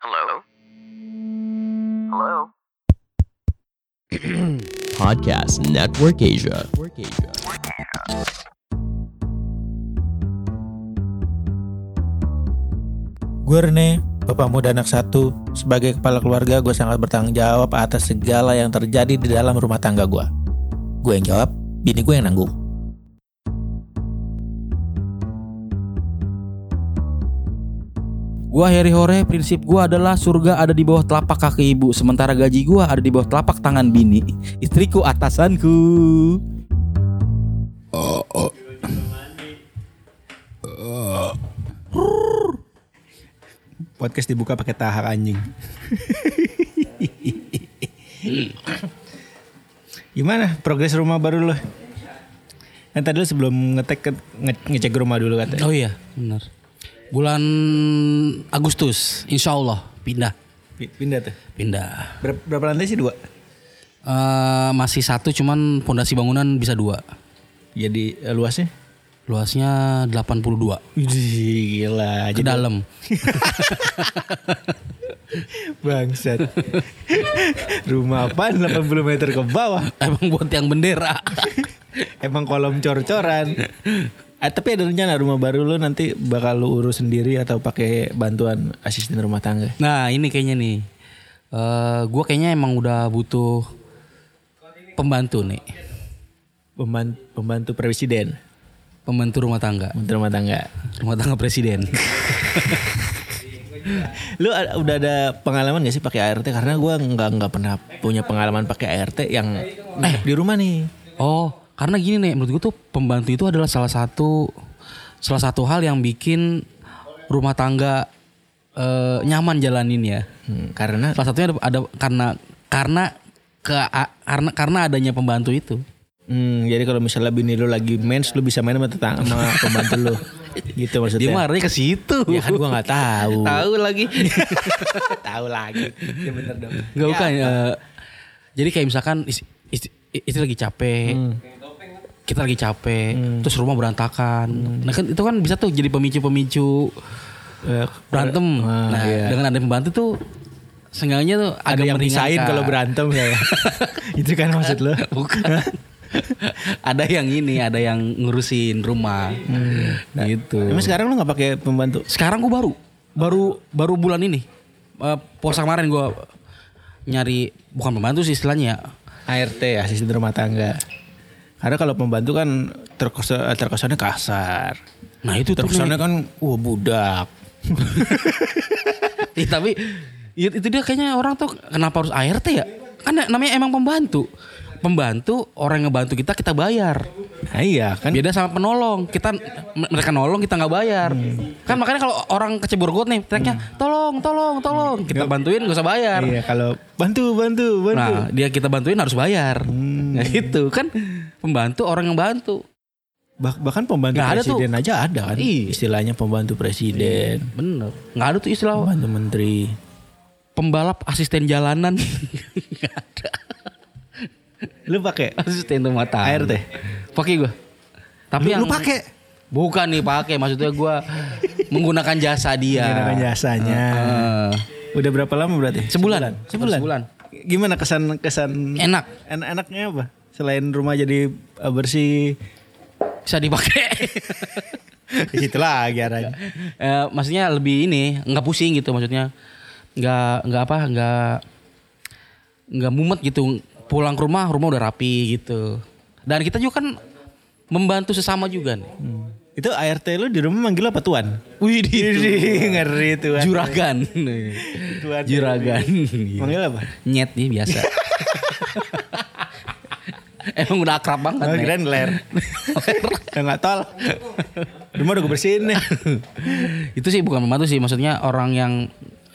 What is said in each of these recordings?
Hello? Hello? Podcast Network Asia. Gue Rene, bapak muda anak satu. Sebagai kepala keluarga, gue sangat bertanggung jawab atas segala yang terjadi di dalam rumah tangga gue. Gue yang jawab, bini gue yang nanggung. Gua Heri Hore, prinsip gua adalah surga ada di bawah telapak kaki ibu, sementara gaji gua ada di bawah telapak tangan bini. Istriku atasanku. Podcast dibuka pakai tahak anjing. Gimana progres rumah baru lo? Kan tadi lo sebelum ngetek ke- nge- ngecek rumah dulu katanya. Oh iya, benar. Bulan Agustus, insya Allah pindah, Pi- Pindah tuh. pindah. Ber- berapa lantai sih dua? Eh masih satu, cuman fondasi bangunan bisa dua. Jadi eh, luasnya? Luasnya 82 Wih, Gila. ke dalam. Bangsat. rumah apaan 80 meter ke bawah. Emang buat yang bendera. Emang kolam cor-coran. Eh, tapi ada rencana rumah baru lu nanti bakal lu urus sendiri atau pakai bantuan asisten rumah tangga? nah ini kayaknya nih, Eh gue kayaknya emang udah butuh pembantu nih, Pembantu, pembantu presiden, pembantu rumah tangga, pembantu rumah tangga. rumah tangga presiden. Lu ada- udah ada pengalaman gak sih pakai ART? Karena gua nggak nggak pernah punya pengalaman pakai ART yang eh di rumah nih. Oh, karena gini nih, menurut gue tuh pembantu itu adalah salah satu salah satu hal yang bikin rumah tangga eh, nyaman jalanin ya. Hmm, karena Salah satunya ada, ada- karena karena ke a- karena karena adanya pembantu itu. hmm, jadi kalau misalnya bini lu lagi mens lu bisa main sama tetangga sama pembantu lu. Gitu Dia maksudnya. marahnya ke situ. Ya kan gua nggak tahu. Tahu lagi. tahu lagi. Ya bener dong. Enggak bukan. eh, jadi kayak misalkan is- is- istri lagi capek. Kita lagi capek, terus rumah berantakan. Nah kan itu kan bisa tuh jadi pemicu-pemicu Eh, berantem. Ah, nah, iya. dengan ada pembantu tuh seenggaknya tuh ada agak yang misahin meringankan. kalau berantem saya. itu kan maksud lo. Bukan. ada yang ini, ada yang ngurusin rumah. Gitu. Emang sekarang lo nggak pakai pembantu? Sekarang gue baru baru baru bulan ini. Eh, puasa kemarin gue nyari bukan pembantu sih istilahnya ya. ART asisten rumah tangga. Karena kalau pembantu kan terkesan, terkesannya kasar. Nah, itu tuh, terkesannya kan wah budak. Ih, Iya, tapi i- itu dia kayaknya orang tuh kenapa harus ART ya? Kan namanya emang pembantu. Pembantu orang yang ngebantu kita kita bayar. Nah, iya kan. Beda sama penolong. Kita mereka nolong kita nggak bayar. Hmm. Kan makanya kalau orang kecebur got nih teriaknya tolong tolong tolong kita bantuin gak usah bayar. Iya kalau bantu bantu bantu. Hmm. Nah, dia kita bantuin harus bayar. Nah, itu kan pembantu orang yang bantu. Bah- bahkan pembantu Nggak ada tuh. presiden aja ada kan. Iya. Istilahnya pembantu presiden, Bener. Nggak ada tuh istilah pembantu menteri. pembalap asisten jalanan. Nggak ada. Lu pakai? Asisten rumah tangga. ART? Pakai gua. Lu- Tapi yang lu pakai? Bukan nih pakai, maksudnya gua menggunakan jasa dia. Menggunakan jasanya. Heeh. Ya. Ah, Udah berapa lama berarti? Sebulan. Sebulan. Sebulan. Gimana kesan kesan Enak. Enak-enaknya apa? Selain rumah jadi eh, bersih. Bisa dipakai. Itu Gitu lagi arahnya. Eh, maksudnya lebih ini, nggak pusing gitu maksudnya. Nggak nggak apa, nggak nggak mumet gitu. Pulang ke rumah, rumah udah rapi gitu. Dan kita juga kan membantu sesama juga nih. Itu ART lu di rumah manggil apa tuan? Wih, di- Ih, Ngeri tuan. juragan. Tuan. juragan. Manggil apa? Nyet nih biasa. Emang udah akrab banget. Oh, Nek. kirain ler. Enggak tol. Rumah udah gue bersihin nih. itu sih bukan membantu sih, maksudnya orang yang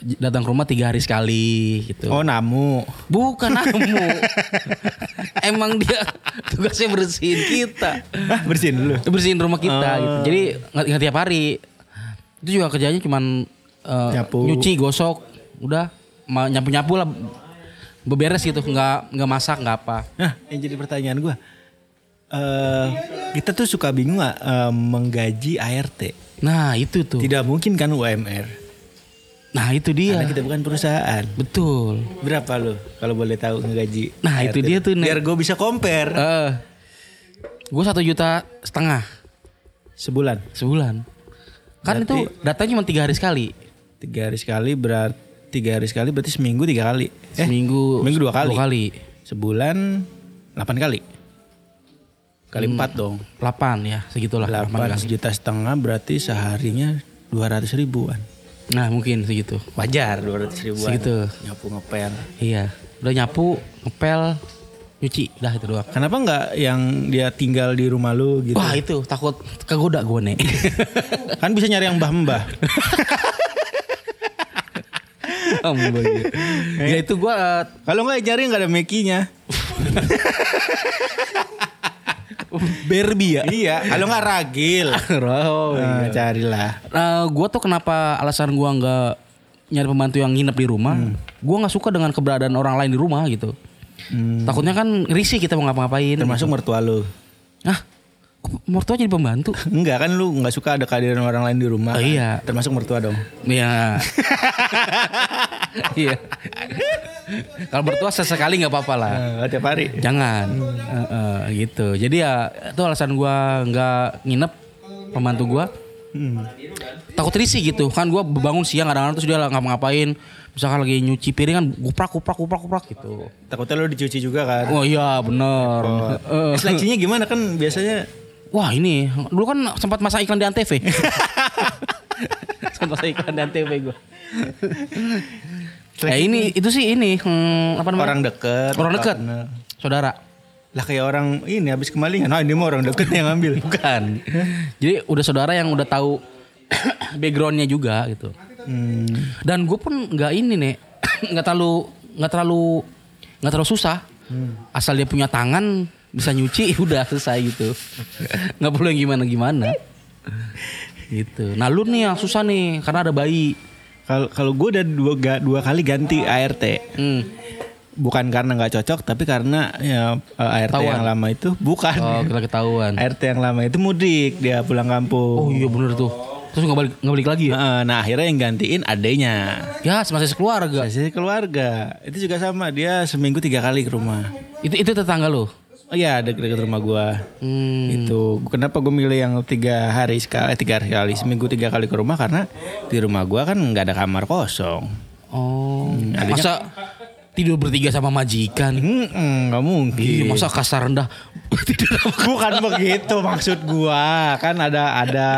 j- datang ke rumah tiga hari sekali gitu. Oh namu. Bukan kamu. Emang dia tugasnya bersihin kita. Hah, bersihin dulu. Bersihin rumah kita Ah. gitu. Jadi nggak nggak tiap hari. Itu juga kerjanya cuman eh, Nyapu. nyuci, gosok, udah ma- nyapu-nyapu lah. Beberes gitu, nggak nggak masak, nggak apa. Nah, yang jadi pertanyaan gue, eh kita tuh suka bingung nggak, eh, menggaji ART. Nah, itu tuh. Tidak mungkin kan UMR. Nah itu Karena dia. kita bukan perusahaan. Betul. Berapa lo kalau boleh tahu ngegaji? Nah, itu ART? dia tuh, Nek. Biar gue bisa compare Eh, gue satu juta setengah sebulan. sebulan. Kan itu datanya cuma tiga hari sekali. Tiga hari sekali berat tiga hari sekali berarti seminggu tiga kali. Eh, Seminggu. Minggu dua kali. Dua kali. Sebulan delapan kali. Kali empat dong. Delapan ya segitulah. delapan Hmm. Delapan kali. juta setengah berarti seharinya dua ratus ribuan. Nah mungkin segitu. Wajar dua ratus ribuan. Segitu. Nyapu ngepel. Iya. Udah nyapu, ngepel, nyuci. Dah itu doang. Kenapa nggak yang dia tinggal di rumah lu gitu? Wah itu takut kegoda gue nih. Kan bisa nyari yang mbah-mbah. ya itu gue Kalau nggak nyari nggak ada mekinya. Barbie ya. iya. Kalau nggak ragil. Oh, Nah, carilah. Nah, gue tuh kenapa alasan gue nggak nyari pembantu yang nginep di rumah? Gue nggak suka dengan keberadaan orang lain di rumah gitu. Takutnya kan risih kita mau ngapa-ngapain. Termasuk mertua lu. ah, kok mertua jadi pembantu? Enggak kan lu nggak suka ada kehadiran orang lain di rumah. Oh, kan? iya. Termasuk mertua dong. Iya. Iya. Kalau mertua sesekali nggak apa-apa lah. Eh, tiap hari. Jangan. Eh, eh, gitu. Jadi ya itu alasan gue nggak nginep pembantu gue. Hmm. Takut risih gitu kan gue bangun siang kadang-kadang terus dia nggak ngapa-ngapain misalkan lagi nyuci piring kan kuprak kuprak kuprak kuprak gitu. Takutnya lu dicuci juga kan. Oh iya bener. Eh, Seleksinya gimana kan biasanya wah ini dulu kan sempat masa iklan di antv. sempat masa iklan di antv gue. ya ini itu sih ini hmm, apa namanya? orang deket. Orang dekat. partner. Saudara. Lah kayak orang ini habis kemalingan. Nah ini mah orang deket yang ngambil. Bukan. Jadi udah saudara yang udah tahu backgroundnya juga gitu. Hmm. Dan gue pun nggak ini nih, nggak terlalu nggak terlalu nggak terlalu susah. Asal dia punya tangan bisa nyuci udah selesai gitu. Nggak perlu yang gimana gimana. gitu. Nah lu nih yang susah nih karena ada bayi. Kalau kalau gue udah dua ga- dua kali ganti ART. Hmm. Bukan karena nggak cocok, tapi karena ya, eh, ART Ketahuan. yang lama itu bukan. Oh kita ketahuan. ART yang lama itu mudik dia pulang kampung. Oh iya bener tuh. Terus nggak balik nggak balik lagi ya? Heeh, nah akhirnya yang gantiin adenya. Ya semasa sekeluarga. Biasanya keluarga. Itu juga sama dia seminggu tiga kali ke rumah. Itu itu tetangga lu. Oh iya ada dekat rumah gua. Hmm. Itu kenapa gue milih yang tiga hari sekali, eh, tiga hari sekali, seminggu tiga kali ke rumah karena di rumah gua kan nggak ada kamar kosong. Oh, masa tidur bertiga sama majikan? Hmm, nggak Ih, mungkin. Iya, masa kasar rendah tidur sama Bukan begitu maksud gua kan ada ada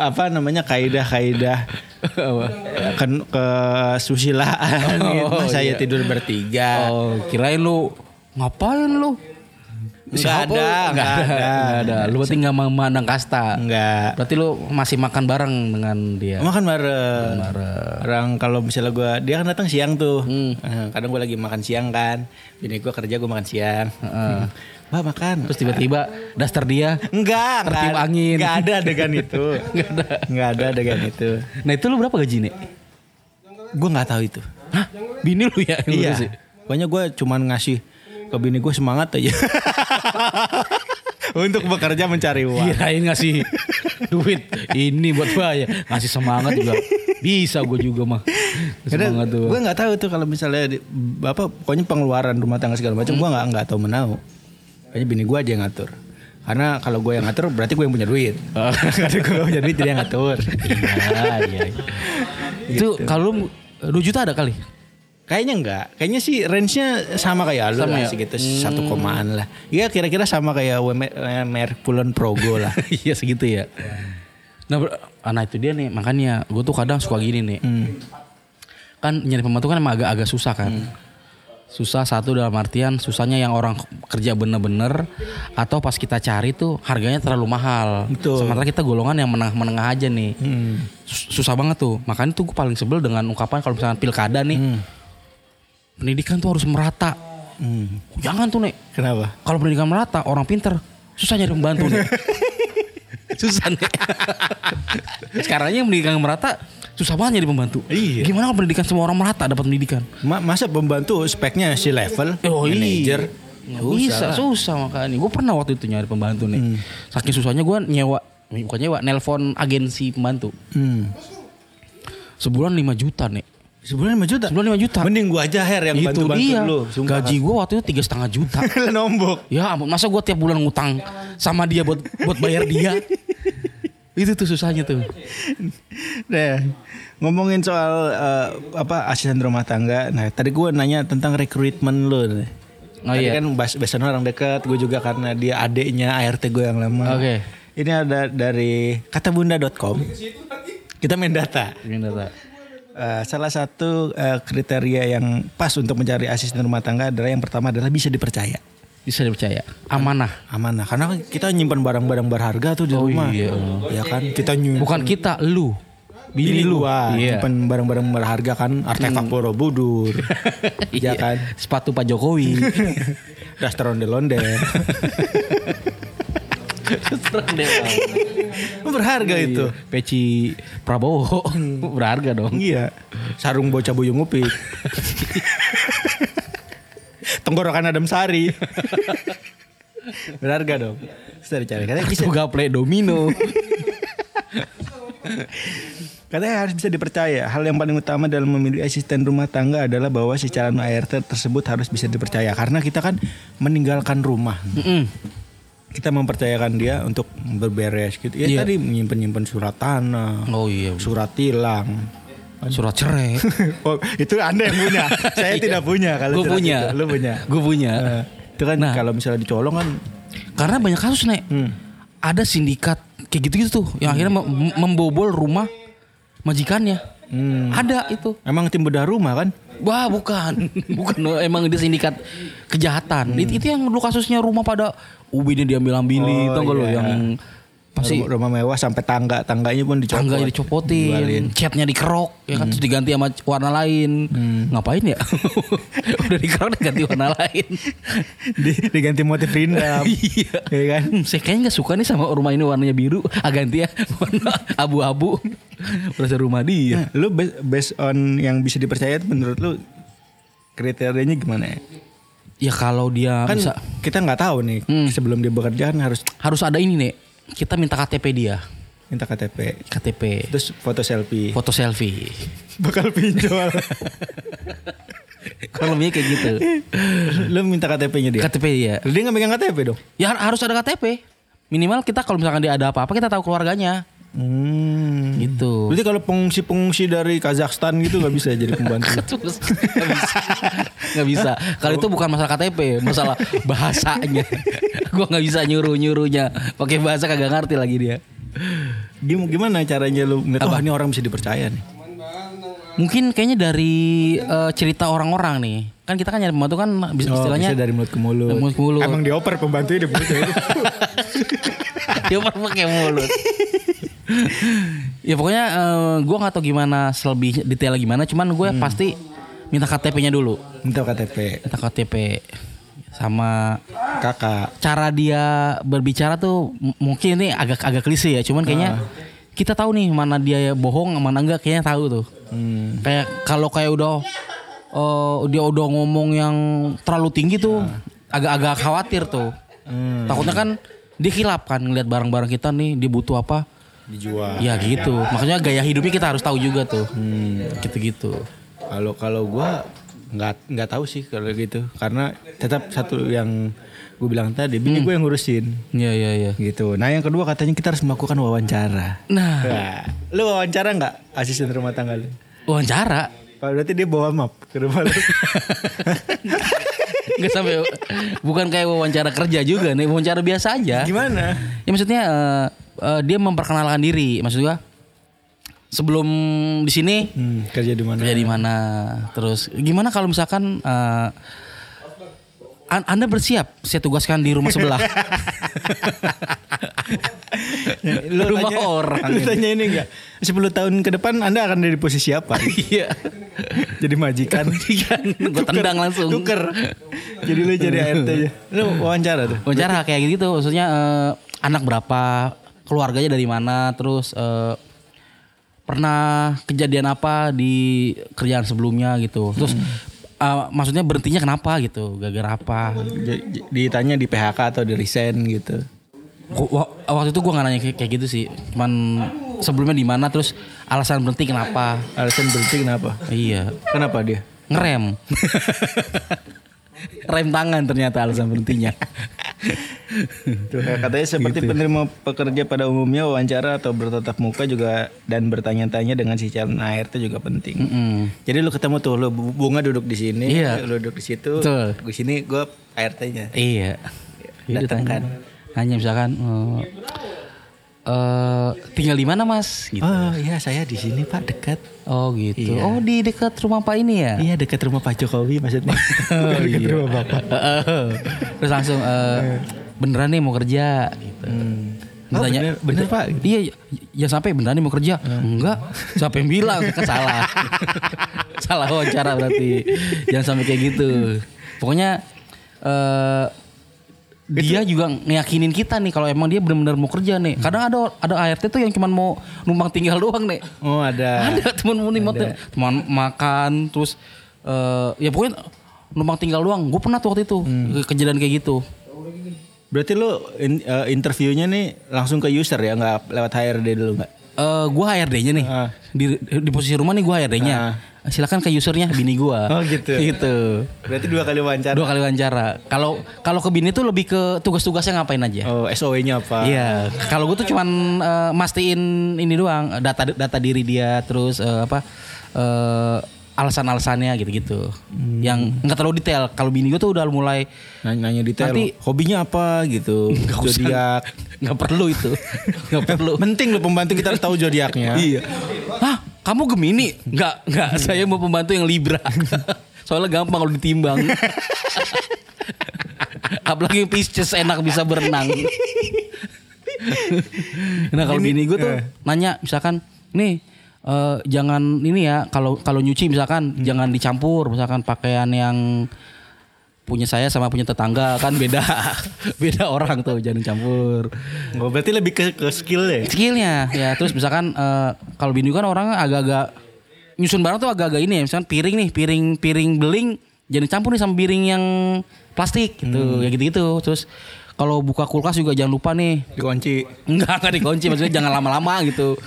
apa namanya kaidah kaidah ke, ke susilaan gitu. Oh, Masa saya iya. tidur bertiga. Oh, kirain lu ngapain lu? Nggak Siapa lu? ada, nggak nggak ada, ada. nggak ada. Lu berarti nggak memandang kasta. Enggak. Berarti lu masih makan bareng dengan dia. Makan bareng. Orang kalau misalnya gue dia kan datang siang tuh. Eh, Kadang gue lagi makan siang kan. Bini gue kerja gue makan siang. Hmm. Mbak makan. Terus tiba-tiba daster dia. enggak, tertiup enggak- angin. Enggak ada adegan itu. enggak ada. Enggak ada adegan itu. Nah, itu lu berapa gaji, Nek? Gue nggak tahu itu. Hah? Bini lu ya? yang ngurusin? Iya. Pokoknya gue cuman ngasih ke bini gue semangat aja. Untuk bekerja mencari uang. Kirain ngasih duit ini buat bayar. Ngasih semangat juga. Bisa gue juga mah. Semangat tuh. Gue nggak tahu tuh kalau misalnya di, apa pokoknya pengeluaran rumah tangga segala macam gua gue nggak nggak tahu menau. Kayaknya bini gue aja yang ngatur. Karena kalau gue yang ngatur berarti gue yang punya duit. Karena gue punya duit jadi yang ngatur. Oh. Iya, iya. Itu kalau lu 2 juta ada kali. Kayaknya enggak. Kayaknya sih range-nya sama kayak lu Sama lah ya? segitu satu komaan lah. Iya kira-kira sama kayak UMR Pulon Progo lah. Iya segitu ya. Nah, ber- ah, nah itu dia nih makanya gue tuh kadang suka gini Hmm. nih. Kan nyari pembantu kan emang agak-agak susah kan. Susah satu dalam artian susahnya yang orang kerja bener-bener atau pas kita cari tuh harganya terlalu mahal. Betul. Sementara kita golongan yang menengah-menengah aja nih. Sus- Susah banget tuh. Makanya tuh gue paling sebel dengan ungkapan kalau misalnya pilkada nih. Pendidikan tuh harus merata. Hmm. Jangan tuh nih Kenapa? kalau pendidikan merata orang pinter susah nyari pembantu nih. susah nih. Sekarang aja yang pendidikan merata susah banget nyari pembantu. Iya. Gimana kalau pendidikan semua orang merata dapat pendidikan? Ma- masa pembantu speknya si level iya. manager Nggak bisa susah makanya. Gue pernah waktu itu nyari pembantu nih. Hmm. Saking susahnya gue nyewa bukan nyewa, nelpon agensi pembantu. Hmm. sebulan 5 juta nih. Sebulan 5 juta. Sebulan 5 juta. Mending gua aja Her yang itu bantu-bantu dia. lu. sumpah. Gaji gue waktu itu tiga setengah juta. Lah, nombok. ya ampun, masa gue tiap bulan ngutang sama dia buat buat bayar dia. itu tuh susahnya tuh. Nah, ngomongin soal eh, apa asisten rumah tangga. Nah, tadi gua nanya tentang rekrutmen lu. Oh, tadi iya. kan bahas bahasan orang dekat, gue juga karena dia adeknya ART gue yang lama. Oke. Ini ada dari katabunda.com. Kita main data. Eh, salah satu eh, kriteria yang pas untuk mencari asisten rumah tangga adalah yang pertama adalah bisa dipercaya. Bisa dipercaya. Amanah. Amanah karena kita nyimpan barang-barang berharga tuh di rumah. iya. Ya kan? Kita nyimpan Bukan kita, lu. Bini lu ah, Iya. Hmm. nyimpen barang-barang berharga kan, artefak Borobudur, ya Iya. kan, Sepatu Pak Jokowi. daster onde-onde. berharga itu. Iya. Peci Prabowo. Berharga dong. Iya. Sarung bocah buyung upik. Tenggorokan Adam Sari. berharga dong. Bisa dicari. Katanya, bisa, Kartu gaple domino. katanya harus bisa dipercaya. Hal yang paling utama dalam memilih asisten rumah tangga adalah bahwa si calon ART tersebut harus bisa dipercaya. Karena kita kan meninggalkan rumah. Mm-mm. kita mempercayakan dia untuk berberes gitu. Ya tadi menyimpan nyimpan surat tanah, Iya. Oh iya. surat tilang. Surat cerai. Oh, itu Anda yang punya. Saya tidak punya kalau Gue surat Iya. punya. itu. Lu punya. Gue punya. Nah. Eh, itu kan kalau misalnya dicolong kan Karena banyak kasus nek. Hmm. Ada sindikat kayak gitu-gitu tuh yang akhirnya mem- membobol rumah majikannya. Hmm. Ada itu. emang tim bedah rumah kan? Wah bukan, bukan emang dia sindikat kejahatan. Itu, itu yang dulu kasusnya rumah pada ubinnya diambil-ambilin, Oh, tau gak lo iya. yang pasti Rumah, rumah mewah sampai tangga, tangganya pun dicopot. tangganya Dijualin. Hmm. dicopotin, catnya dikerok, ya kan terus diganti sama warna lain. Ngapain ya? Udah dikerok diganti warna lain. Di- diganti motif rindam. Iya. Iya kan? Hmm, saya kayaknya nggak suka nih sama rumah ini warnanya biru, ah ganti ya warna abu-abu. Berasa rumah Iya. dia. Lu bas- based on yang bisa dipercaya itu menurut lu kriterianya gimana ya? Ya kalau dia Kan bisa kita nggak Hmm. tahu nih sebelum dia bekerja kan harus harus ada ini nih. Kita minta KTP dia, minta KTP. KTP. Terus foto selfie. foto selfie. Bakal pinjol. Kalau lebihnya kayak gitu. Lu minta KTP-nya dia. KTP ya. Dia nggak megang KTP dong. Ya har- harus ada KTP. Minimal kita kalau misalkan dia ada apa-apa kita tahu keluarganya. Hmm. Gitu. Berarti kalau pengungsi-pengungsi dari Kazakhstan gitu nggak bisa jadi pembantu. Terus nggak bisa. Nggak bisa. Kalau itu bukan masalah KTP, masalah bahasanya. Gua nggak bisa nyuruh-nyuruhnya. Pakai bahasa kagak ngerti lagi dia. Gim- Gimana caranya lu ngeliat, wah ini orang bisa dipercaya nih. Mungkin kayaknya dari eh, cerita orang-orang nih. Kan kita kan nyari pembantu kan bisa Oh, istilahnya bisa dari mulut ke mulut. Dari mulut ke mulut. Emang dioper gitu pembantunya di mulut ke mulut. dia pernah pakai mulut ya pokoknya gue nggak tahu gimana selebih detail gimana cuman gue pasti minta KTP-nya dulu Minta KTP. minta KTP sama Kakak. cara dia berbicara tuh m- mungkin ini agak agak klise ya cuman kayaknya kita tahu nih mana dia bohong mana enggak kayaknya tahu tuh Hmm. kayak kalau kayak udah eh, dia udah ngomong yang terlalu tinggi tuh agak-agak khawatir tuh takutnya kan dia hilap kan ngelihat barang-barang kita nih dia butuh apa Dijual. ya gitu makanya gaya hidupnya kita harus tahu juga tuh Hmm. gitu-gitu Kalau kalau gua nggak nggak tahu sih kalau gitu karena tetap satu yang gue bilang tadi bini Hmm. gue yang ngurusin ya ya ya gitu. Nah yang kedua katanya kita harus melakukan wawancara. nah Nah, lu wawancara nggak asisten rumah tangga lu? wawancara Pak, Berarti dia bawa map ke rumah lu. nggak sampai bukan kayak wawancara kerja juga nih wawancara biasa aja Gimana? Ya maksudnya eh, eh, dia memperkenalkan diri, maksud gua sebelum di sini Hmm, kerja di mana? kerja di mana, terus gimana kalau misalkan eh, an- anda bersiap saya tugaskan di rumah sebelah. rumah orang. Ya. Lu ini. tanya ini enggak? 10 tahun ke depan Anda akan dari posisi apa? Iya. jadi majikan. Majikan. Gua tendang langsung. Tuker. Jadi lu jadi ART aja. Lu wawancara tuh. Wawancara kayak gitu, maksudnya eh, anak berapa, keluarganya dari mana, terus eh, pernah kejadian apa di kerjaan sebelumnya gitu. Terus eh, maksudnya berhentinya kenapa gitu, gara-gara apa? J- j- Ditanya di PHK atau di resign gitu. Gua- wa- waktu itu gue nggak nanya kayak kayak gitu sih, cuman sebelumnya di mana terus alasan berhenti kenapa? Alasan berhenti kenapa? Iya, Kenapa dia? ngerem. Rem tangan ternyata alasan berhentinya. Tuh, ya, katanya seperti penerima pekerja pada umumnya wawancara atau bertatap muka juga dan bertanya-tanya dengan si calon ART juga penting. Mm. Jadi lu ketemu tuh lu bunga duduk di sini, Iya. lu duduk di situ, Betul. gue sini gue ART-nya. Iya. Datang kan. Hanya misalkan eh eh, tinggal di mana Mas gitu. Oh iya saya di sini Pak dekat. Oh gitu. Iya. Oh di dekat rumah Pak ini ya? Iya dekat rumah Pak Jokowi maksudnya. Oh, Bukan dekat rumah Gitu, Bapak. Iya. Iya. Terus langsung eh, beneran nih mau kerja gitu. Oh, Ditanya, bener- bener, Pak? Hmm. Iya, ya sampai beneran nih mau kerja. Enggak, siapa yang bilang? Kan salah. salah wawancara berarti. Jangan sampai kayak gitu. Pokoknya eh dia juga ngeyakinin kita nih kalau emang dia bener-bener mau kerja nih. Hmm. Kadang ada ada ART tuh yang cuman mau numpang tinggal doang nih. Oh ada. Ada temen muni motor, teman makan terus eh, ya pokoknya numpang tinggal doang. Gue pernah tuh waktu itu Hmm. ke- kejadian kayak gitu. Berarti lu in- eh, interviewnya nih langsung ke user ya nggak lewat HRD dulu nggak? Eh gue HRD-nya nih Ah. di, di posisi rumah nih gue HRD-nya. Silakan ke usernya bini gue. Oh, gitu. Gitu. Berarti dua kali wawancara. Dua kali wawancara. Kalau kalau ke bini tuh lebih ke tugas-tugasnya ngapain aja. Oh SOW-nya apa? ya. Iya, kalau gue tuh cuman eh, mastiin ini doang data data diri dia terus eh, apa eh, alasan-alasannya gitu-gitu. Hmm. Yang nggak terlalu detail. Kalau bini gue tuh udah mulai Nanya, nanya detail. Nanti- hobinya apa gitu? usah. Zodiak. nggak perlu itu, nggak perlu. Penting lo pembantu kita harus tahu zodiaknya. Iya. Hah, kamu Gemini? Nggak, nggak. Saya mau pembantu yang Libra. Soalnya gampang kalau ditimbang. Apalagi Pisces enak bisa berenang. nah kalau bini gue tuh nanya misalkan nih eh, jangan ini ya kalau kalau nyuci misalkan jangan dicampur misalkan pakaian yang punya saya sama punya tetangga kan beda beda orang tuh jangan dicampur Oh, berarti lebih ke, ke skill ya. skillnya ya terus misalkan eh, kalau bindu kan orang agak-agak nyusun barang tuh agak-agak ini ya misalkan piring nih piring piring beling jangan campur nih sama piring yang plastik gitu ya gitu-gitu terus kalau buka kulkas juga jangan lupa nih Dikunci. Enggak, enggak dikunci. Maksudnya jangan lama-lama gitu.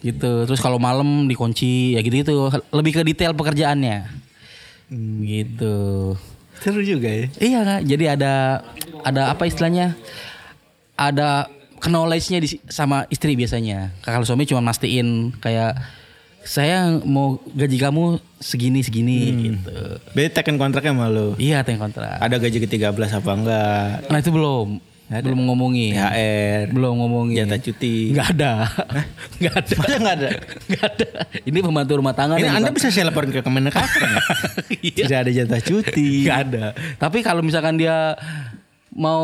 Gitu. Terus kalau malam dikunci ya gitu-gitu. Lebih ke detail pekerjaannya. Gitu. Seru juga ya. Iya kak, jadi ada ada apa istilahnya? Ada knowledge-nya di, sama istri biasanya. Kalau suami cuma mastiin kayak saya mau gaji kamu segini segini Hmm. gitu. Berarti tekan kan kontraknya sama lo. Iya, tanya kontrak. Ada gaji ke-13 apa enggak? Nah itu belum, belum ngomongin. THR. Belum ngomongin. Jatah cuti. Iya. Nggak ada. Nggak ada. Masa nggak ada? Nggak ada. Ini pembantu rumah tangga. Ini nih, Anda bukan- bisa saya laporin ke Kemenkopol. Iya. Tidak ada jatah cuti. Nggak ada. Tapi kalau misalkan dia mau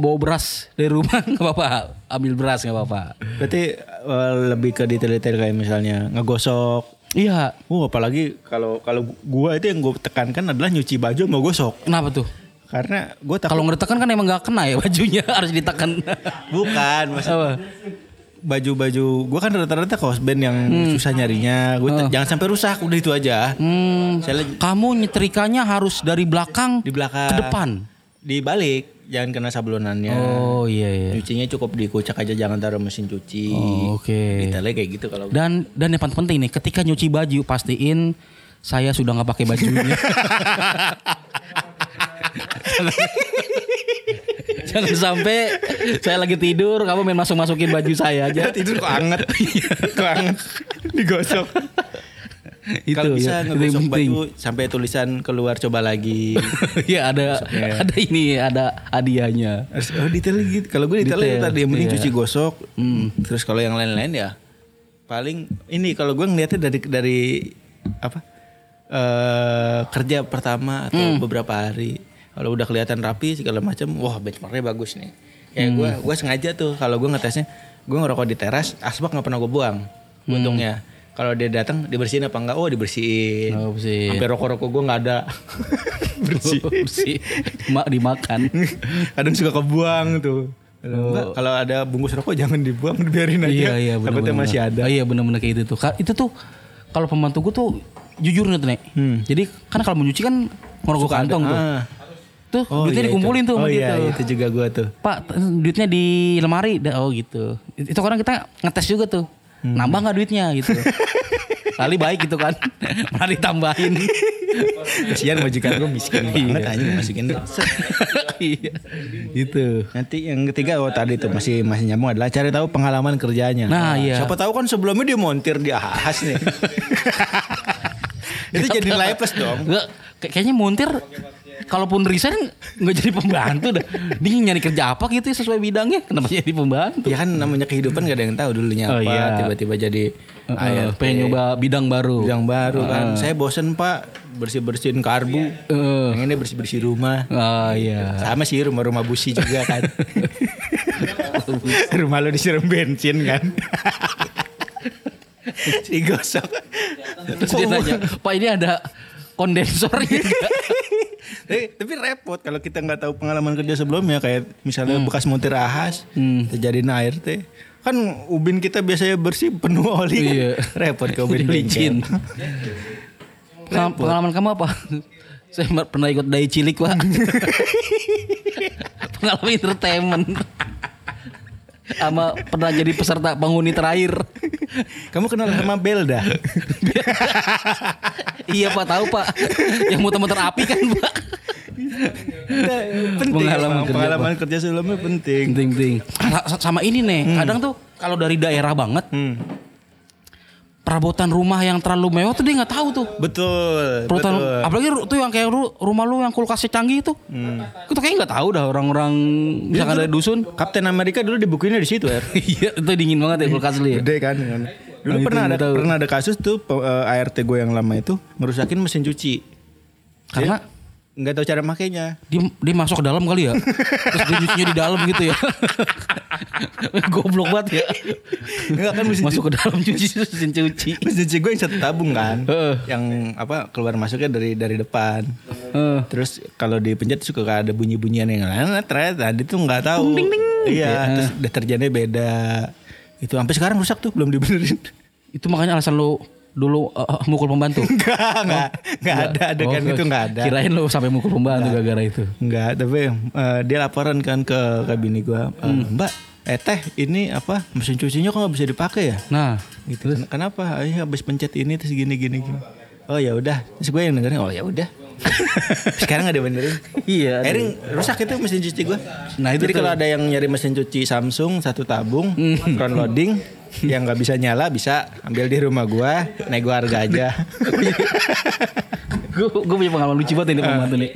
bawa beras dari rumah nggak apa-apa. Ambil beras nggak apa-apa. Berarti eh, lebih ke detail-detail kayak misalnya ngegosok. Iya. Uh, apalagi kalau kalau gua itu yang gue tekankan adalah nyuci baju mau gosok. Kenapa tuh? Karena gue takut Kalau ngeretekan kan emang nggak kena ya bajunya harus ditekan. Bukan Apa? maksudnya baju-baju gue kan rata-rata kaos band yang susah nyarinya gue jangan sampai rusak udah itu aja Oh. Hmm, Saya lagi- kamu nyetrikanya harus dari belakang di belakang ke depan. dibalik jangan kena sablonannya Oh iya iya. cucinya cukup dikocak aja jangan taruh mesin cuci Oh, Oke. detailnya kayak gitu kalau Dan dan yang paling penting nih, ketika nyuci baju pastiin saya sudah nggak pakai bajunya. Jangan sampai saya lagi tidur, kamu main masuk-masukin baju saya aja. tidur kok anget Iya, kok anget digosok Itu, kalau bisa ya. Itu yang ngegosok penting. baju sampai tulisan keluar coba lagi Iya. ya ada ada ini, ada hadiahnya. Harus- Oh detail gitu. Kalau gue detailnya Detail, tadi yang penting iya. cuci gosok. Hmm. Terus kalau yang lain-lain ya paling ini kalau gue ngeliatnya dari dari apa eh kerja pertama atau Hmm. beberapa hari kalau udah kelihatan rapi segala macam wah benchmarknya bagus nih Hmm. kayak gue gue sengaja tuh kalau gue ngetesnya gue ngerokok di teras asbak nggak pernah gue buang Hmm. untungnya kalau dia datang dibersihin apa enggak oh dibersihin Oh, bersih. sampai rokok rokok gue nggak ada bersih Bersih. Ma- dimakan. kadang suka kebuang tuh Enggak, kalau ada bungkus rokok jangan dibuang biarin aja Oh. Iya iya benar. takutnya masih ada iya benar-benar kayak itu tuh. Ka- Itu tuh kalau pembantu gue tuh jujur nih tuh Nek. Jadi kan kalau menyuci kan ngorok Hmm. Suka ada, kantong tuh. ah. Tuh duitnya iya, dikumpulin itu. tuh sama oh gitu. dia iya tuh. itu juga gua tuh Pak, t- duitnya di lemari. Da- Oh gitu. Itu kadang kita ngetes juga tuh. Hmm. nambah nggak duitnya gitu kali baik gitu kan malah ditambahin Kasihan majikan gue miskin banget aja masukin. iya gitu Nanti yang ketiga oh tadi itu masih masih nyambung adalah cari tahu pengalaman kerjanya. Nah, iya. Siapa tahu kan sebelumnya dia montir di AHAS nih. itu jadi nilai plus dong. Iya, Nggak, kayak- kayaknya muntir kalaupun resign nggak jadi pembantu dah dia nyari kerja apa gitu ya sesuai bidangnya kenapa jadi pembantu Ya kan namanya kehidupan gak ada yang tahu dulunya Oh, apa. iya. Tiba-tiba jadi Ayo, ART, Eh, pengen nyoba bidang baru Ah, iya. bidang baru kan. Saya bosen pak bersih-bersihin karbu. Ah. Eh, Pengennya bersih-bersih rumah. ah, iya Sama sih rumah-rumah busi juga kan. rumah lu disiram bensin kan. Digosok. terus dia nanya pak ini ada ya?" kondensornya nggak?" tapi, tapi repot kalau kita nggak tahu pengalaman kerja sebelumnya kayak misalnya Hmm. bekas montir ahas terjadi ART kan ubin kita biasanya bersih penuh oli kan. Iya. repot ke ubin Licin. licin Pengalaman- Pengalaman kamu apa? Saya mer- pernah ikut dai cilik pak. Pengalaman entertainment. Sama pernah jadi peserta penghuni terakhir. kamu kenal sama Belda iya pak tahu pak. Yang muter-muter api kan pak. penting Pengalaman pengalaman, kerja, pengalaman kerja sebelumnya penting Penting-penting. Sama ini nih. Kadang tuh kalau dari daerah banget. Hmm. Perabotan rumah yang terlalu mewah tuh dia nggak tahu tuh. betul Perutan, betul apalagi ru- tuh yang kayak ru- rumah lu yang kulkasnya canggih itu. Itu kayaknya nggak tahu dah orang-orang misalkan Iya, dari dusun. Kapten Amerika dulu dibukuinnya di situ ya Iya, itu dingin banget ya kulkas lu ya. gede kan kan. dulu Nah, itu pernah ada nggak tahu. pernah ada kasus tuh pe- eh, ART gue yang lama itu ngerusakin mesin cuci Karena Dia nggak tahu cara makainya dia, dia masuk ke dalam kali ya. Terus dia nyucinya di dalam gitu ya. Goblok banget ya. Enggak kan mesin masuk ke dalam cuci mesin cuci. mesin cuci gue yang satu tabung kan Iya. Heeh. yang apa keluar masuknya dari dari depan Heeh. terus kalau dipencet suka ada bunyi bunyian yang lain ternyata tadi tuh nggak tahu iya terus deterjennya beda itu sampai sekarang rusak tuh belum dibenerin Itu makanya alasan lu dulu eh, eh, mukul pembantu. Enggak, enggak, enggak ada adegan Oh, itu enggak ada. Kirain lu sampai mukul pembantu gara-gara itu. Enggak, tapi eh, dia laporan kan ke kabini gua, eh, Hmm. "Mbak, eh teh ini apa? Mesin cucinya kok nggak bisa dipakai ya?" Nah, Gitu. "Ken- Kenapa? Ayah habis pencet ini terus gini gini gini. Oh ya udah. Terus gue yang dengerin, "Oh ya udah." Sekarang gak dibenerin. Iya, Akhirnya rusak itu mesin cuci gua. Nah, Jadi itu tuh. kalau ada yang nyari mesin cuci Samsung satu tabung, front loading yang nggak bisa nyala bisa ambil di rumah gua, nego harga aja. gue gue punya pengalaman lucu banget ini pembantu nih.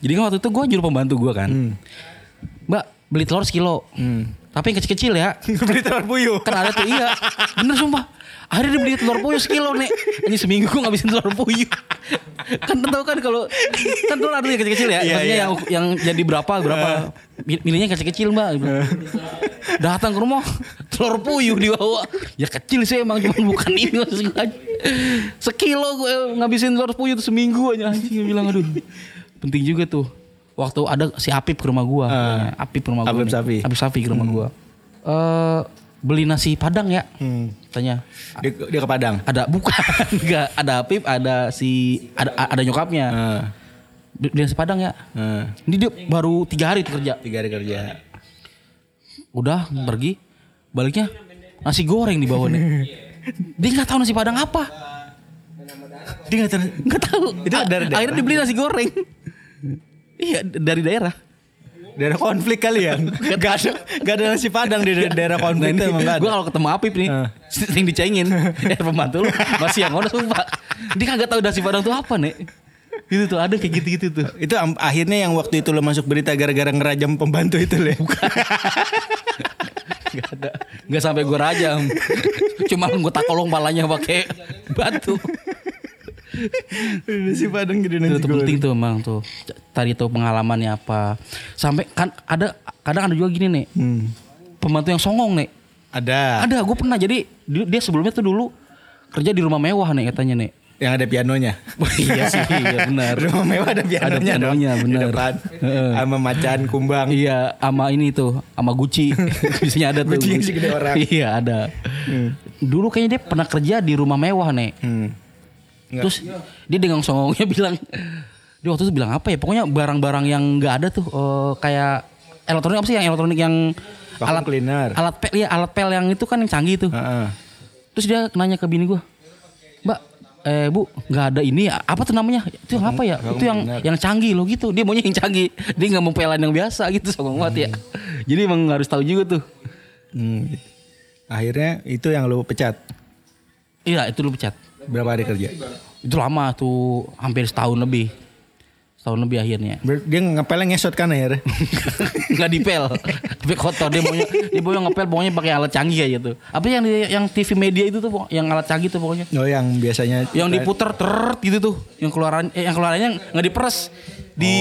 Jadi kan waktu itu gue juru pembantu gue kan. Mbak beli telur sekilo. Tapi yang kecil-kecil ya. Beli telur puyuh. Kan ada tuh iya. Bener sumpah. Akhirnya dia beli telur puyuh sekilo nih. Ini seminggu gue ngabisin telur puyuh. kan tau kan kalau kan telur ada yang kecil-kecil ya. Iya, Maksudnya iya. yang yang jadi berapa berapa. Mi- Milihnya yang kecil-kecil Iya. mbak. Dia bilang. Datang ke rumah telur puyuh dibawa. Ya kecil sih emang cuman bukan ini maksud gua. Sekilo gue ngabisin telur puyuh tuh seminggu aja anjing Gua bilang aduh. Penting juga tuh. Waktu ada si Apip ke rumah gua. Apip ke rumah gua. Ah. Apip nih. Safi. Apip Safi ke rumah gua. Eh beli nasi Padang ya? Tanya. Dia, dia ke Padang. Ada bukan enggak ada Apip, ada si ada ada nyokapnya. Heeh. Beli nasi Padang ya? Heeh. Ini dia baru tiga hari tuh kerja. tiga hari kerja. udah pergi baliknya nasi goreng di bawah nih dia nggak tahu nasi padang apa Dia nggak tahu. nggak tahu Itu A- dari daerah? akhirnya dibeli nasi goreng iya d- dari daerah Daerah konflik kali ya. gak ada gak ada nasi padang di da- Iya. daerah konflik itu emang gak gue ada. Nah, kalau ketemu Apip nih Ah. sering dicengin eh pembantu lu masih yang ngono sumpah dia kagak tahu nasi padang tuh apa nih itu tuh ada kayak gitu-gitu tuh Itu am- akhirnya yang waktu itu lo masuk berita gara-gara ngerajam pembantu itu lo. ya? Gak ada Gak sampai gue rajam Cuma gue takolong palanya pakai batu nasi padang gede itu nasi tuh penting tuh emang tuh tadi tuh pengalamannya apa sampai kan ada kadang ada juga gini nih Hmm. pembantu yang songong nih Ada ada gue pernah jadi dulu- dia sebelumnya tuh dulu kerja di rumah mewah nih katanya nih yang ada pianonya. Wah, iya sih iya benar Oh, Rumah mewah ada pianonya. Ada pianonya, dong, benar. Di depan. Heeh. Sama macan kumbang. iya ama ini tuh ama Gucci biasanya ada tuh Gucci yang segede orang. iya ada dulu kayaknya dia pernah kerja di rumah mewah nih Hmm. Terus dia dengan songongnya bilang dia waktu itu bilang apa ya? Pokoknya barang-barang yang nggak ada tuh eh, kayak elektronik apa sih yang elektronik yang Vacuum cleaner. iya, alat pel ya alat pel yang itu kan yang canggih tuh. Heeh. Terus dia nanya ke bini gue, Mbak, eh bu, nggak ada ini ya? Apa tuh namanya? Itu yang apa ya? Itu yang yang canggih loh gitu. Dia maunya yang canggih. Dia nggak mau pelan yang biasa gitu sokong banget ya. Jadi emang harus tahu juga tuh. Hmm. Akhirnya itu yang lu pecat. Iya itu lu pecat. Berapa hari kerja? Itu lama tuh hampir setahun lebih. Setahun lebih akhirnya. Ber- Dia ngepelnya ngesot kan akhirnya. nggak dipel tapi kotor dia maunya dia maunya ngepel pokoknya pakai alat canggih aja tuh apa yang di- yang TV media itu tuh pokok- yang alat canggih tuh pokoknya Oh yang biasanya yang diputer ter gitu tuh yang keluaran eh, yang keluarannya nggak diperes di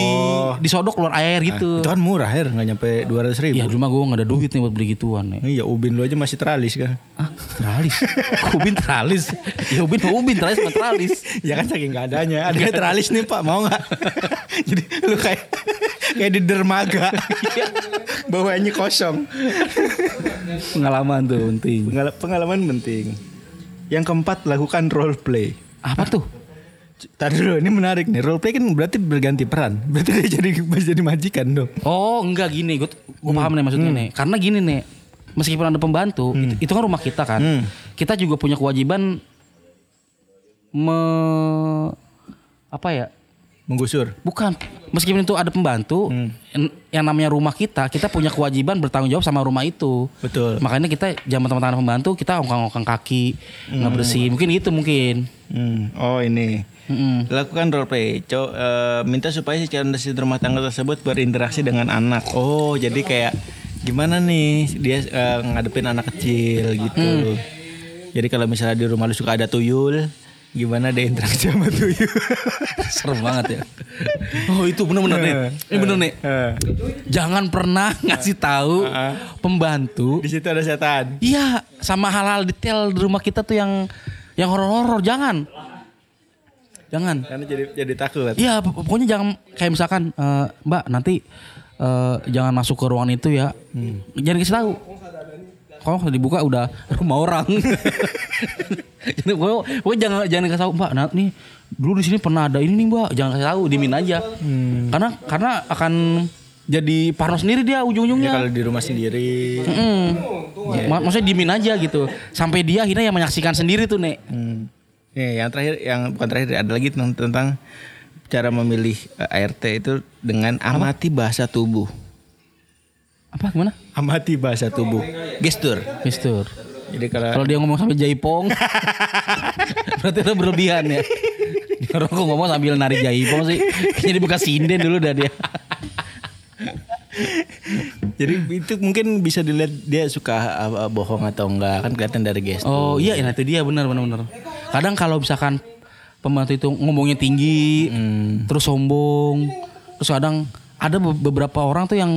disodok keluar air gitu itu kan murah air nggak nyampe 200 ribu. ya cuma gue nggak ada duit nih buat beli gituan nih Iya ubin lu aja masih teralis kan. ah teralis Kok ubin teralis ya ubin ubin teralis sama teralis ya kan saking gak adanya. Ada teralis nih pak mau nggak? Jadi lu kayak kayak di dermaga. Iya. Bawaannya kosong. pengalaman tuh penting Pengal- pengalaman penting. Yang keempat lakukan role play. apa tuh Tadi dulu ini menarik nih. Role play kan berarti berganti peran. Berarti dia jadi jadi majikan dong. Oh enggak gini, gue paham nih maksudnya nih. Karena gini nih, meskipun ada pembantu, itu, itu kan rumah kita kan. Kita juga punya kewajiban me apa ya? Menggusur. Bukan. Meskipun itu ada pembantu, en- yang namanya rumah kita, kita punya kewajiban bertanggung jawab sama rumah itu. Betul. Makanya kita zaman teman-teman pembantu, kita ongkang-ongkang kaki, nggak bersih. Mungkin itu mungkin. Hmm. Hmm. Oh ini. Mm-mm. Lakukan role play. Co- eh, minta supaya si calon istri rumah tangga tersebut berinteraksi dengan anak. Oh, jadi kayak gimana nih dia eh, ngadepin anak kecil gitu. Jadi kalau misalnya di rumah lu suka ada tuyul, gimana dia interaksi sama tuyul? Serem banget ya. Oh itu bener-bener nih. Ini bener nih. Eh, Jangan pernah ngasih tahu pembantu. di situ ada setan. Iya, sama hal-hal detail di rumah kita tuh yang yang horor-horor jangan. Jangan. Karena Kan jadi jadi takut. Iya, pok- pokoknya jangan kayak misalkan eh, Mbak nanti eh, jangan masuk ke ruangan itu ya. Jangan kasih tahu. Kok dibuka udah rumah orang. Jadi pokoknya, pokoknya jangan jangan kasih tahu Mbak. Nah, nih dulu di sini pernah ada ini nih Mbak. Jangan kasih tahu, dimin aja. Karena karena akan jadi parno sendiri dia ujung-ujungnya. Ya, kalau di rumah sendiri. Mm. Mak- Maksudnya dimin aja gitu. Sampai dia akhirnya yang menyaksikan sendiri tuh, Nek. Hmm. Nih, yang terakhir yang bukan terakhir ada lagi tentang, tentang cara memilih eh, ART itu dengan amati bahasa tubuh. Apa gimana? Amati bahasa tubuh. Gestur. Mister. Jadi kalau Kalau dia ngomong sambil jaipong berarti itu berlebihan ya. Orang kok ngomong sambil nari jaipong sih. Kayaknya di bekas sinden dulu dah dia. jadi itu mungkin bisa dilihat dia suka eh, eh, bohong atau enggak kan kelihatan dari gestur. Oh iya, nah itu dia benar benar benar. Kadang kalau misalkan pembantu itu ngomongnya tinggi, terus sombong, terus kadang ada be- beberapa orang tuh yang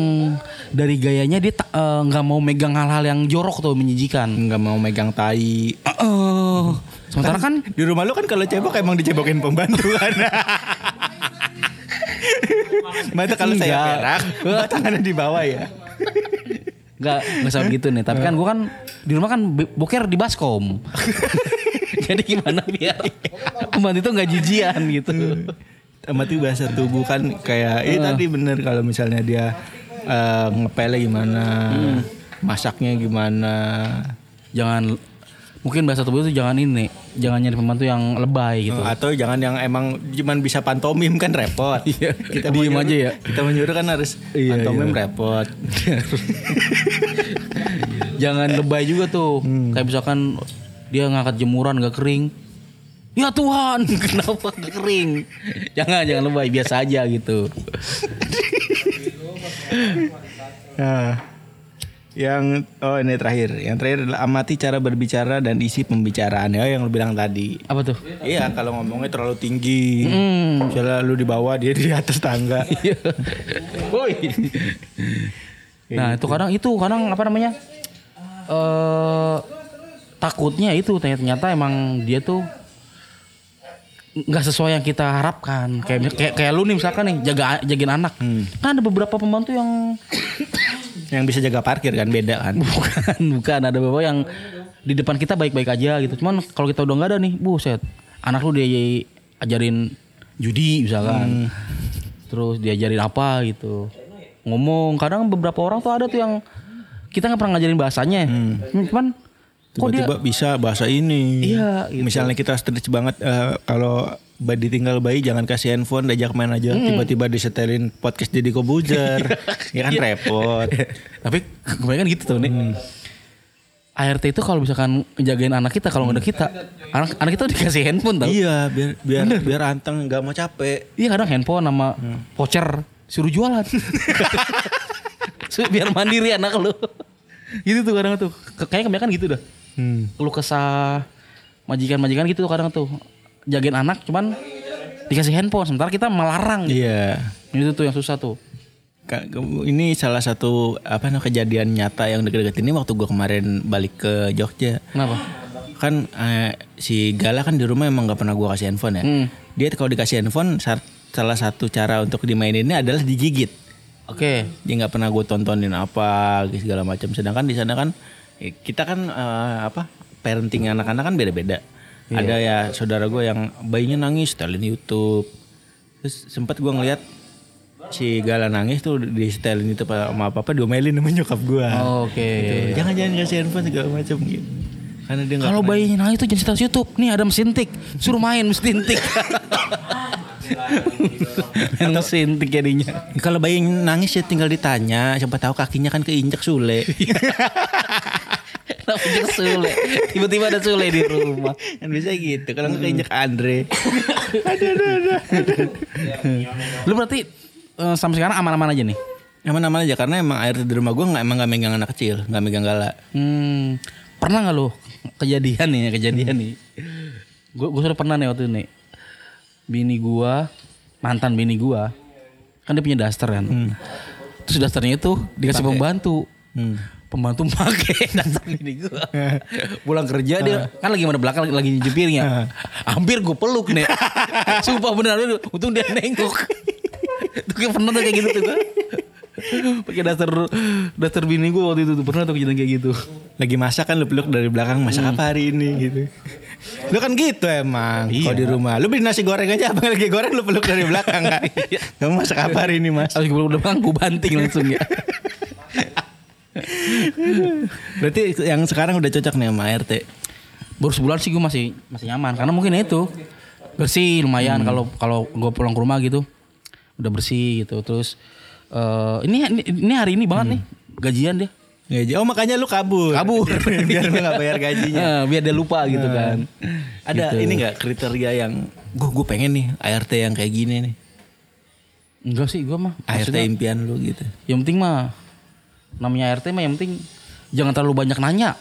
dari gayanya dia ta- eh, nggak mau megang hal-hal yang jorok tuh menjijikan. Enggak mau megang tai. Heeh. sementara kan Di rumah lu kan kalau cebok emang dicebokin pembantu kan. Mata kalau saya Enggak. perak, tangannya di bawah ya. nggak nggak sampai gitu nih. Tapi kan gue kan di rumah kan be- boker di baskom. Jadi gimana biar pembantu itu nggak jijian gitu. amati Eh, bahasa tubuh kan kayak ini tadi bener kalau misalnya dia eh, ngepelnya gimana Hmm. masaknya gimana Jangan mungkin bahasa tubuh itu jangan ini, jangan nyari pembantu yang lebay gitu. atau jangan yang emang cuman bisa pantomim kan repot kita mau Diem nyuruh- aja ya. Iya, kita menyuruh kan harus pantomim repot jangan lebay juga tuh. Kayak misalkan dia ngangkat jemuran gak kering. Ya Tuhan, kenapa gak kering? jangan, jangan lebay, biasa aja gitu. Ah. Nah, yang oh ini terakhir yang terakhir adalah amati cara berbicara dan isi pembicaraan ya yang lu bilang tadi Apa tuh? Iya kalau ngomongnya terlalu tinggi Hmm. Iya. Misalnya lu di bawah dia di atas tangga Woi. nah, itu kadang itu kadang apa namanya? Eh takutnya itu ternyata emang dia tuh nggak sesuai yang kita harapkan kayak kayak, kayak lu nih misalkan nih jaga jagain anak kan ada beberapa pembantu yang Hmm. Yang bisa jaga parkir kan beda kan bukan bukan ada beberapa yang di depan kita baik-baik aja gitu cuman kalau kita udah nggak ada nih buset anak lu dia ajarin Hmm. judi misalkan terus diajarin apa gitu ngomong kadang beberapa orang tuh ada tuh yang kita nggak pernah ngajarin bahasanya cuman Kok dia Hmm. tiba-tiba bisa bahasa ini. Iya, gitu. Misalnya kita stretch banget eh, kalau ba- ditinggal bayi jangan kasih handphone diajak main aja Hmm. tiba-tiba disetelin podcast jadi kobuzer ya Iya. kan repot Tapi kebanyakan gitu tuh nih. Hmm. ART itu kalau misalkan jagain anak kita kalau nggak ada kita, anak anak kita dikasih handphone tau. iya biar biar biar anteng nggak mau capek Iya kadang handphone sama Hmm. voucher suruh jualan. Suruh biar mandiri anak lu. Gitu tuh kadang tuh. Ke- Kayaknya kebanyakan gitu dah. Hmm. Lu kesah majikan-majikan gitu tuh kadang tuh. Jagain anak cuman dikasih handphone sementara kita melarang gitu. iya Itu tuh yang susah tuh. Ka- ke- ini salah satu apa namanya, kejadian nyata yang deket-deket ini waktu gua kemarin balik ke Jogja Kenapa? kan eh, si Gala kan di rumah emang nggak pernah gua kasih handphone ya. Hmm. Dia kalau dikasih handphone sa- salah satu cara untuk dimaininnya adalah digigit. Oke. Dia nggak pernah gue tontonin apa segala macam. Sedangkan di sana kan eh, kita kan eh, apa parenting anak-anak kan beda-beda. Iya. Ada ya saudara gue yang bayinya nangis setelin YouTube. Terus sempat gua ngeliat si Gala nangis tuh di setelin itu sama apa apa diomelin sama nyokap gue. Oh, Oke. Gitu. Jangan jangan kasih handphone segala macam gitu. Karena dia nggak Kalau pernah- bayinya nangis tuh jangan setel YouTube. Nih ada mesin tik. Suruh main mesin tik. Main mesin tik jadinya. Kalau bayi nangis ya tinggal ditanya, siapa tahu kakinya kan keinjek sule. Kenapa injek Sule? Tiba-tiba ada Sule di rumah. kan bisa gitu, kalau nggak keinjek Andre. Lu berarti eh, sampai sekarang aman-aman aja nih? Aman-aman aja karena emang air di rumah gue nggak emang nggak megang anak kecil, nggak megang gala. Hmm, pernah nggak lu kejadian nih, kejadian nih? Gue gue sudah pernah nih waktu ini. Bini gua, mantan bini gua, kan dia punya daster kan. Terus dasternya itu dikasih pembantu. Pembantu pakai daster bini gua. Pulang kerja dia kan lagi mana belakang lagi, lagi nyuci piringnya. Hampir gue peluk nih. Sumpah bener untung dia nengok. Tuh kayak pernah tuh kayak gitu tuh gua. Pakai daster daster bini gua waktu itu tuh pernah tuh kejadian kayak gitu. Lagi masak kan lu peluk dari belakang masak apa hari ini gitu. Lu kan gitu emang kalau di rumah. Lu beli nasi goreng aja abang lagi goreng lu peluk dari belakang kan. Kamu masak apa hari ini mas? Abis gue belum depan gue banting langsung ya. Berarti yang sekarang udah cocok nih sama RT. Baru sebulan sih gue masih masih nyaman karena mungkin ya itu bersih Hmm. lumayan kalau kalau gue pulang ke rumah gitu udah bersih gitu terus eh, ini ini- ini hari ini Hmm. banget nih gajian dia Ngeje- Oh makanya lu kabur. Kabur. biar lu nggak bayar gajinya. Hmm. Eh, biar dia lupa gitu kan Ada Gitu. ini nggak kriteria yang gue gue pengen nih ART yang kayak gini nih. enggak sih gue mah ART maksudnya impian lu gitu. yang penting mah namanya RT mah yang penting jangan terlalu banyak nanya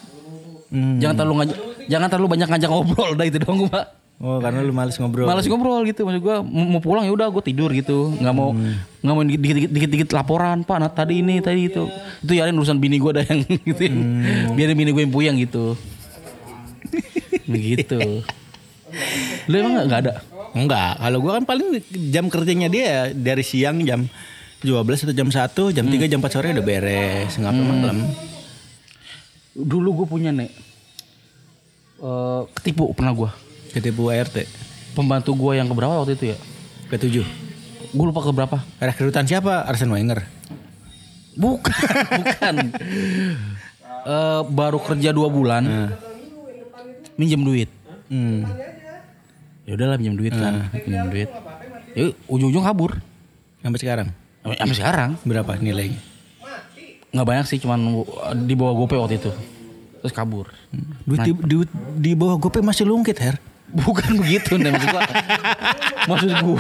Hmm. jangan terlalu ngaj- jangan terlalu banyak ngajak ngobrol dah itu doang gue mah Oh karena lu males ngobrol. Males ngobrol gitu maksud gua mau mau pulang ya udah gue tidur gitu nggak mau nggak mau dikit dikit, dikit dikit laporan pak nah tadi ini tadi itu itu ya urusan bini gua ada yang gitu biarin bini gue yang puyeng gitu begitu lu emang nggak nggak ada Enggak. Kalau gue kan paling jam kerjanya dia ya dari siang jam 12 atau jam 1, jam Hmm. 3, jam 4 sore udah beres. Nggak sampai malam. dulu gue punya nek eh, ketipu pernah gua Ketipu ART. pembantu gua yang keberapa waktu itu ya Ketujuh. gue lupa keberapa Rekrutan siapa? Arsene Wenger. Bukan, bukan. Eh, baru kerja dua bulan, minjem duit. Nah. Hmm. Nah. Ya udahlah minjem duit kan, minjem duit. Ya ujung-ujung kabur. Sampai sekarang. Sampai sampai sekarang Berapa nilainya? nggak banyak sih, cuman eh, di bawah gope waktu itu. Terus kabur. Duit di, duit di bawah gopay masih lungkit, Her. Bukan begitu, Nen. maksud gua. maksud gua.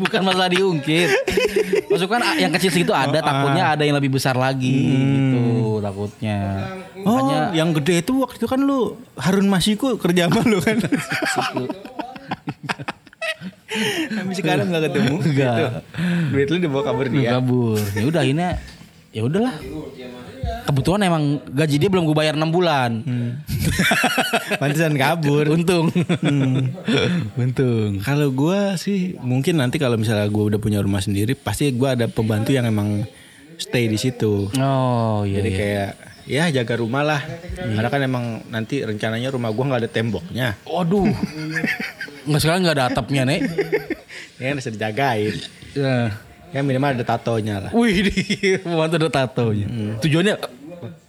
Bukan masalah diungkit. Maksud kan yang kecil segitu Oh, ada, ah. takutnya ada yang lebih besar lagi Hmm. gitu, takutnya. Oh, yang gede itu waktu itu kan lu Harun Masiku kerja sama lu kan. Tapi sekarang gak ketemu gitu. Duit lu dibawa kabur Lu dia. kabur. Ya udah akhirnya ya udahlah. Kebetulan emang gaji dia belum gue bayar 6 bulan. Hmm. Pantesan kabur. Untung. Untung. Hmm. Kalau gua sih mungkin nanti kalau misalnya gua udah punya rumah sendiri, pasti gua ada pembantu yang emang stay di situ. Oh iya. Jadi iya. kayak ya jaga rumah lah. Karena kan emang nanti rencananya rumah gua nggak ada temboknya. Waduh. Enggak sekarang enggak ada atapnya, Nek. Ya kan harus dijagain. Ya. Ya minimal ada tatonya lah. Wih, ya. Hmm. di- mantu ada tatonya. Tujuannya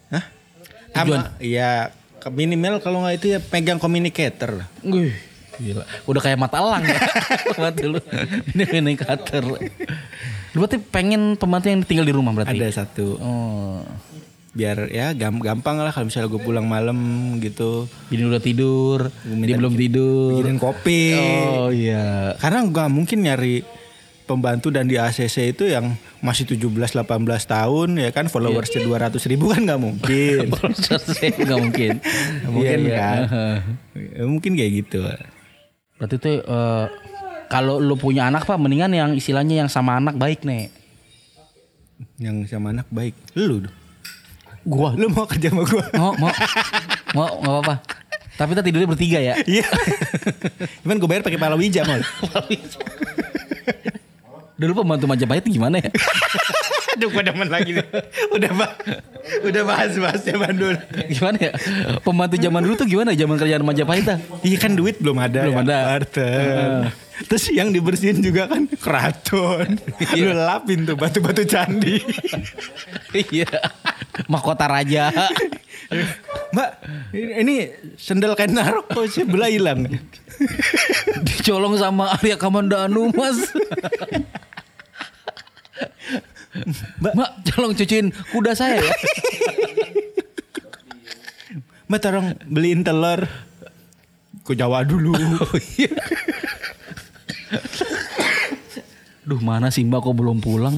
Hah? Sama, iya Ke- Minimal kalau nggak itu ya pegang communicator lah. Wih, gila. Udah kayak mata elang ya. Buat dulu. Ini communicator. Lu berarti pengen pembantu yang tinggal di rumah berarti? Ada satu. Oh. Biar ya gam- gampang lah kalau misalnya gue pulang malam gitu. Bini udah tidur, dia belum tidur. Bikinin kopi. Oh iya. Karena nggak mungkin nyari pembantu dan di ACC itu yang masih 17-18 tahun ya kan followersnya Iya. 200 ribu kan nggak mungkin. Enggak mungkin. Nggak mungkin Iya, iya. kan. Ya, mungkin kayak gitu. Berarti tuh eh, kalau lu punya anak Pak mendingan yang istilahnya yang sama anak baik nih. Yang sama anak baik. Lu dong. Gua Oh, Lu mau kerja sama gue? mau mau mau nggak apa-apa. Tapi kita tidurnya bertiga ya. Iya. Cuman gue bayar pakai palawija mal. Dulu pembantu Majapahit gimana ya? Aduh gue demen lagi nih. Udah bah udah bahas bahasnya Bandul. Gimana ya? Pembantu zaman dulu tuh gimana zaman kerjaan Majapahit ah? dah? Iya kan duit belum ada. ya, Belum ada. Barter. Terus yang dibersihin juga kan keraton. Lu lapin tuh batu-batu candi. Iya. Mahkota raja. Mbak, ini sendal kain narok kok sebelah hilang. Dicolong sama Arya Kamandanu, Mas. Mbak, colong cuciin kuda saya ya. Mbak tolong beliin telur. Ke Jawa dulu. iya. Duh, mana sih Mbak kok belum pulang?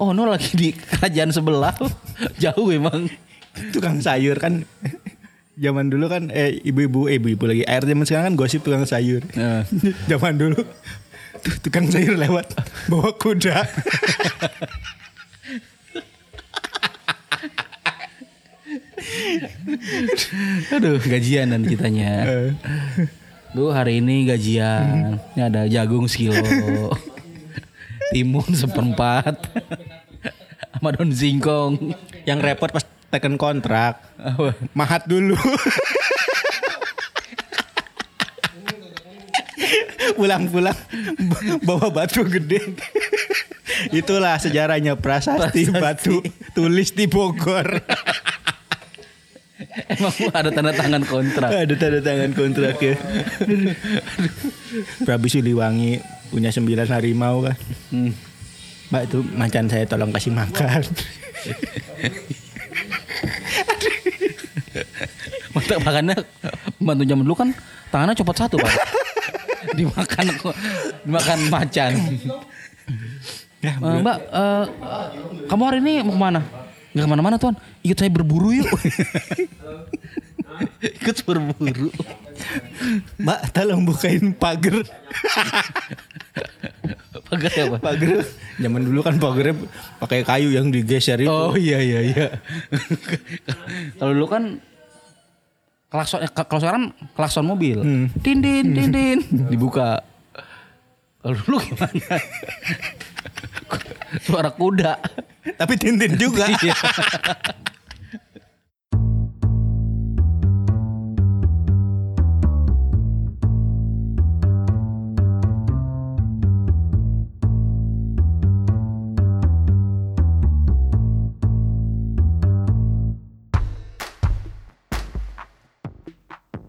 Oh, no lagi di kerajaan sebelah. Jauh emang. tukang sayur kan zaman dulu kan eh ibu-ibu eh, ibu-ibu lagi air zaman sekarang kan gosip tukang sayur Nah. zaman dulu tuh tukang sayur lewat bawa kuda Aduh, gajian dan kitanya. Bu, hari ini gajian. Ini ada jagung sekilo. Timun seperempat. Sama daun singkong. yang repot pas teken kontrak Apa? Ah, mahat dulu pulang-pulang b- bawa batu gede itulah sejarahnya prasasti, batu tulis di Bogor Emang ada tanda tangan kontrak. Ada tanda tangan kontrak ya. Prabu Siliwangi punya sembilan harimau kan. Mbak itu macan saya tolong kasih makan. Mata makannya bantu zaman dulu kan tangannya copot satu pak. dimakan dimakan macan. Ya, Eh, mbak, eh, kamu hari ini mau kemana? Gak kemana-mana tuan. Ikut saya berburu yuk. Ikut berburu. Mbak tolong bukain pagar. Pagar ya pak? pagar zaman dulu kan pagarnya pakai kayu yang digeser itu. Oh iya iya iya. Kalau dulu kan klakson eh, kalau sekarang klakson mobil. Din din din din dibuka. Kalau dulu gimana? Suara kuda. Tapi tintin juga. Iya.